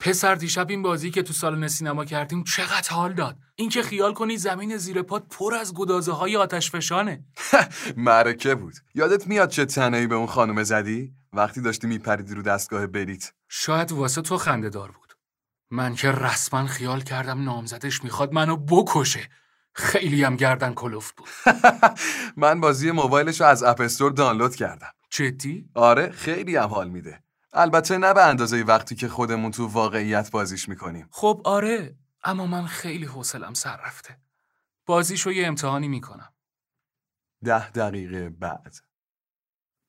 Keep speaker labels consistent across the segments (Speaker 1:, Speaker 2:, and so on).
Speaker 1: پسر دیشب این بازی که تو سالن سینما کردیم چقدر حال داد اینکه خیال کنی زمین زیر پات پر از گدازه های آتش فشانه
Speaker 2: معرکه بود یادت میاد چه تنهایی به اون خانم زدی وقتی داشتی میپریدی رو دستگاه بلیت
Speaker 1: شاید واسه تو خنده دار بود من که رسما خیال کردم نامزدش میخواد منو بکشه خیلی هم گردن کلفت بود
Speaker 2: من بازی موبایلش رو از اپ استور دانلود کردم
Speaker 1: جدی
Speaker 2: آره خیلی هم حال میده البته نه به اندازه وقتی که خودمون تو واقعیت بازیش میکنیم
Speaker 1: خب آره اما من خیلی حوصلم سر رفته بازیشو یه امتحانی میکنم
Speaker 2: ده دقیقه بعد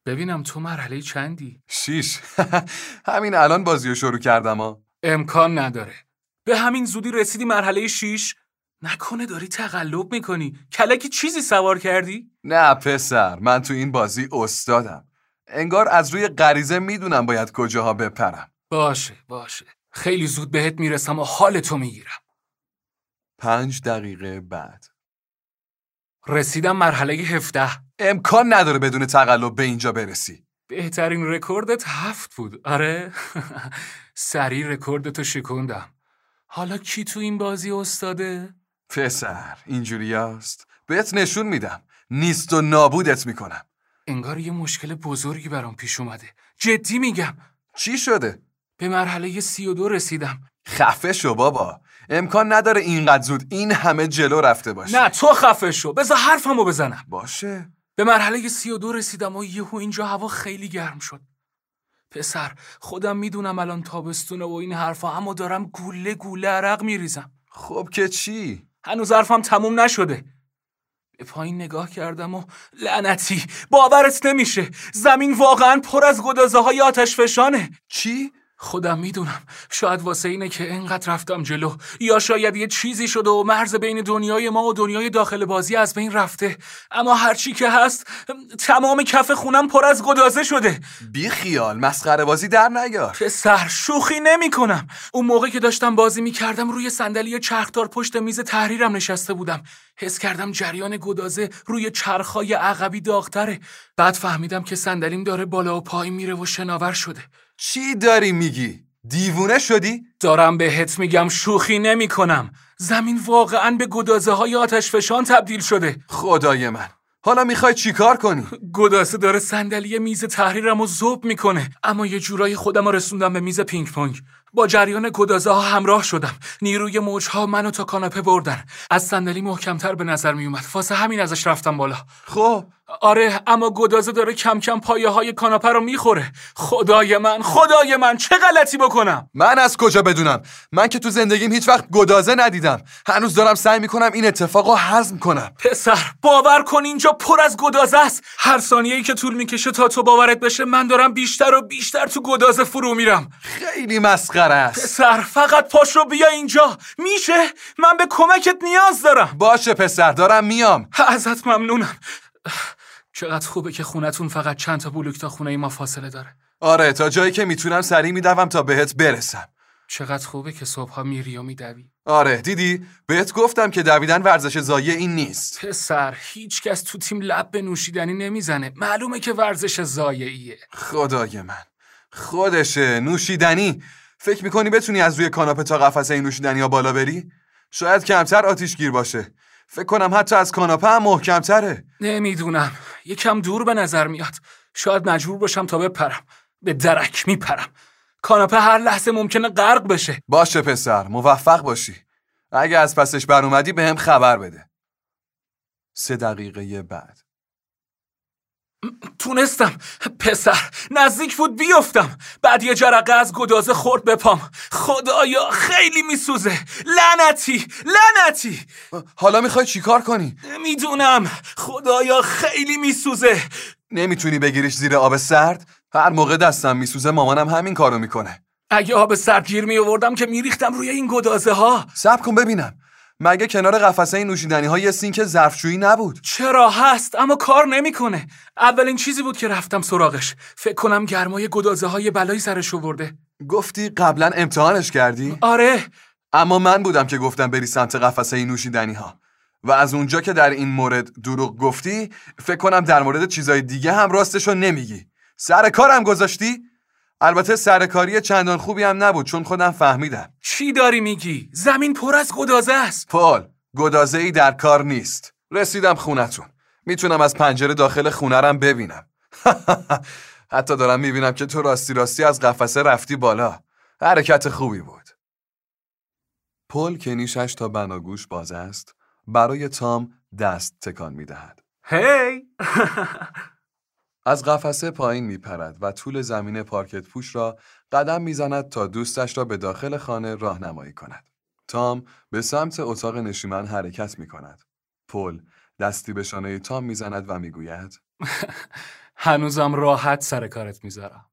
Speaker 1: ببینم تو مرحله چندی
Speaker 2: شیش همین الان بازی رو شروع کردم ها
Speaker 1: امکان نداره به همین زودی رسیدی مرحله شیش نکنه داری تقلب میکنی کلکی چیزی سوار کردی
Speaker 2: نه پسر من تو این بازی استادم انگار از روی غریزه میدونم باید کجاها بپرم
Speaker 1: باشه باشه خیلی زود بهت میرسم و حال تو میگیرم
Speaker 2: پنج دقیقه بعد
Speaker 1: رسیدم مرحله 17
Speaker 2: امکان نداره بدون تقلب به اینجا برسی
Speaker 1: بهترین رکوردت هفت بود آره سریع رکوردتو شکوندم حالا کی تو این بازی استاده؟
Speaker 2: پسر اینجوری است بهت نشون میدم نیست و نابودت میکنم
Speaker 1: انگار یه مشکل بزرگی برام پیش اومده جدی میگم
Speaker 2: چی شده؟
Speaker 1: به مرحله 32 رسیدم
Speaker 2: خفه شو بابا امکان نداره اینقدر زود این همه جلو رفته باشی
Speaker 1: نه تو خفه شو بذار حرفمو بزنم
Speaker 2: باشه
Speaker 1: به مرحله 32 رسیدم و یهو اینجا هوا خیلی گرم شد پسر خودم میدونم الان تابستونه و این حرفا اما دارم گوله گوله عرق میریزم
Speaker 2: خب که چی؟
Speaker 1: هنوز حرفم تموم نشده به پایین نگاه کردم و لعنتی باورت نمیشه زمین واقعا پر از گدازه های آتش فشانه
Speaker 2: چی؟
Speaker 1: خودم میدونم شاید واسه اینه که انقدر رفتم جلو یا شاید یه چیزی شده و مرز بین دنیای ما و دنیای داخل بازی از بین رفته اما هرچی که هست تمام کف خونم پر از گدازه شده
Speaker 2: بی خیال مسخره بازی در نیار
Speaker 1: پسر شوخی نمی کنم اون موقع که داشتم بازی می کردم روی صندلی چرخدار پشت میز تحریرم نشسته بودم حس کردم جریان گدازه روی چرخهای عقبی داغتره بعد فهمیدم که صندلیم داره بالا و پایین میره و شناور شده
Speaker 2: چی داری میگی؟ دیوونه شدی؟
Speaker 1: دارم بهت میگم شوخی نمی کنم زمین واقعا به گدازه های آتش فشان تبدیل شده
Speaker 2: خدای من حالا میخوای چیکار کنی؟
Speaker 1: گدازه داره صندلی میز تحریرم و زوب میکنه اما یه جورایی خودم رو رسوندم به میز پینگ پونگ با جریان گدازه ها همراه شدم نیروی موج ها منو تا کاناپه بردن از صندلی محکمتر به نظر میومد واسه همین ازش رفتم بالا
Speaker 2: خب
Speaker 1: آره اما گدازه داره کم کم پایه های کاناپه رو میخوره خدای من خدای من چه غلطی بکنم
Speaker 2: من از کجا بدونم من که تو زندگیم هیچ وقت گدازه ندیدم هنوز دارم سعی میکنم این اتفاق رو هضم کنم
Speaker 1: پسر باور کن اینجا پر از گدازه است هر ثانیه‌ای که طول میکشه تا تو باورت بشه من دارم بیشتر و بیشتر تو گدازه فرو میرم
Speaker 2: خیلی مسخره است
Speaker 1: پسر فقط پاشو بیا اینجا میشه من به کمکت نیاز دارم
Speaker 2: باشه پسر دارم میام
Speaker 1: ازت ممنونم چقدر خوبه که خونتون فقط چند تا بلوک تا خونه ما فاصله داره
Speaker 2: آره تا جایی که میتونم سریع میدوم تا بهت برسم
Speaker 1: چقدر خوبه که صبحها میری و میدوی
Speaker 2: آره دیدی بهت گفتم که دویدن ورزش ضایع این نیست
Speaker 1: پسر هیچکس تو تیم لب به نوشیدنی نمیزنه معلومه که ورزش ضایعیه
Speaker 2: خدای من خودشه نوشیدنی فکر میکنی بتونی از روی کاناپه تا قفسه این نوشیدنی ها بالا بری شاید کمتر آتیش گیر باشه فکر کنم حتی از کاناپه هم محکمتره
Speaker 1: نمیدونم یکم دور به نظر میاد شاید مجبور باشم تا بپرم به درک میپرم کاناپه هر لحظه ممکنه غرق بشه
Speaker 2: باشه پسر موفق باشی اگه از پسش بر اومدی به هم خبر بده سه دقیقه بعد
Speaker 1: تونستم پسر نزدیک بود بیفتم بعد یه جرقه از گدازه خورد به پام خدایا خیلی میسوزه لعنتی لعنتی
Speaker 2: حالا میخوای چیکار کنی
Speaker 1: نمیدونم خدایا خیلی میسوزه
Speaker 2: نمیتونی بگیریش زیر آب سرد هر موقع دستم میسوزه مامانم همین کارو میکنه
Speaker 1: اگه آب سرد گیر می آوردم که میریختم روی این گدازه ها
Speaker 2: صبر کن ببینم مگه کنار قفسه این نوشیدنی ها یه سینک ظرفشویی نبود
Speaker 1: چرا هست اما کار نمیکنه اولین چیزی بود که رفتم سراغش فکر کنم گرمای گدازه های بلایی سرش آورده
Speaker 2: گفتی قبلا امتحانش کردی
Speaker 1: آره
Speaker 2: اما من بودم که گفتم بری سمت قفسه این نوشیدنی ها و از اونجا که در این مورد دروغ گفتی فکر کنم در مورد چیزای دیگه هم راستشو نمیگی سر کارم گذاشتی البته سرکاری چندان خوبی هم نبود چون خودم فهمیدم
Speaker 1: چی داری میگی؟ زمین پر از گدازه است.
Speaker 2: پل گدازه ای در کار نیست رسیدم خونتون میتونم از پنجره داخل خونرم ببینم حتی دارم میبینم که تو راستی راستی از قفسه رفتی بالا حرکت خوبی بود پل که نیشش تا بناگوش باز است برای تام دست تکان میدهد
Speaker 1: هی
Speaker 2: از قفسه پایین میپرد و طول زمین پارکت پوش را قدم میزند تا دوستش را به داخل خانه راهنمایی کند. تام به سمت اتاق نشیمن حرکت می کند. پل دستی به شانه تام میزند و میگوید
Speaker 1: هنوزم راحت سر کارت میذارم.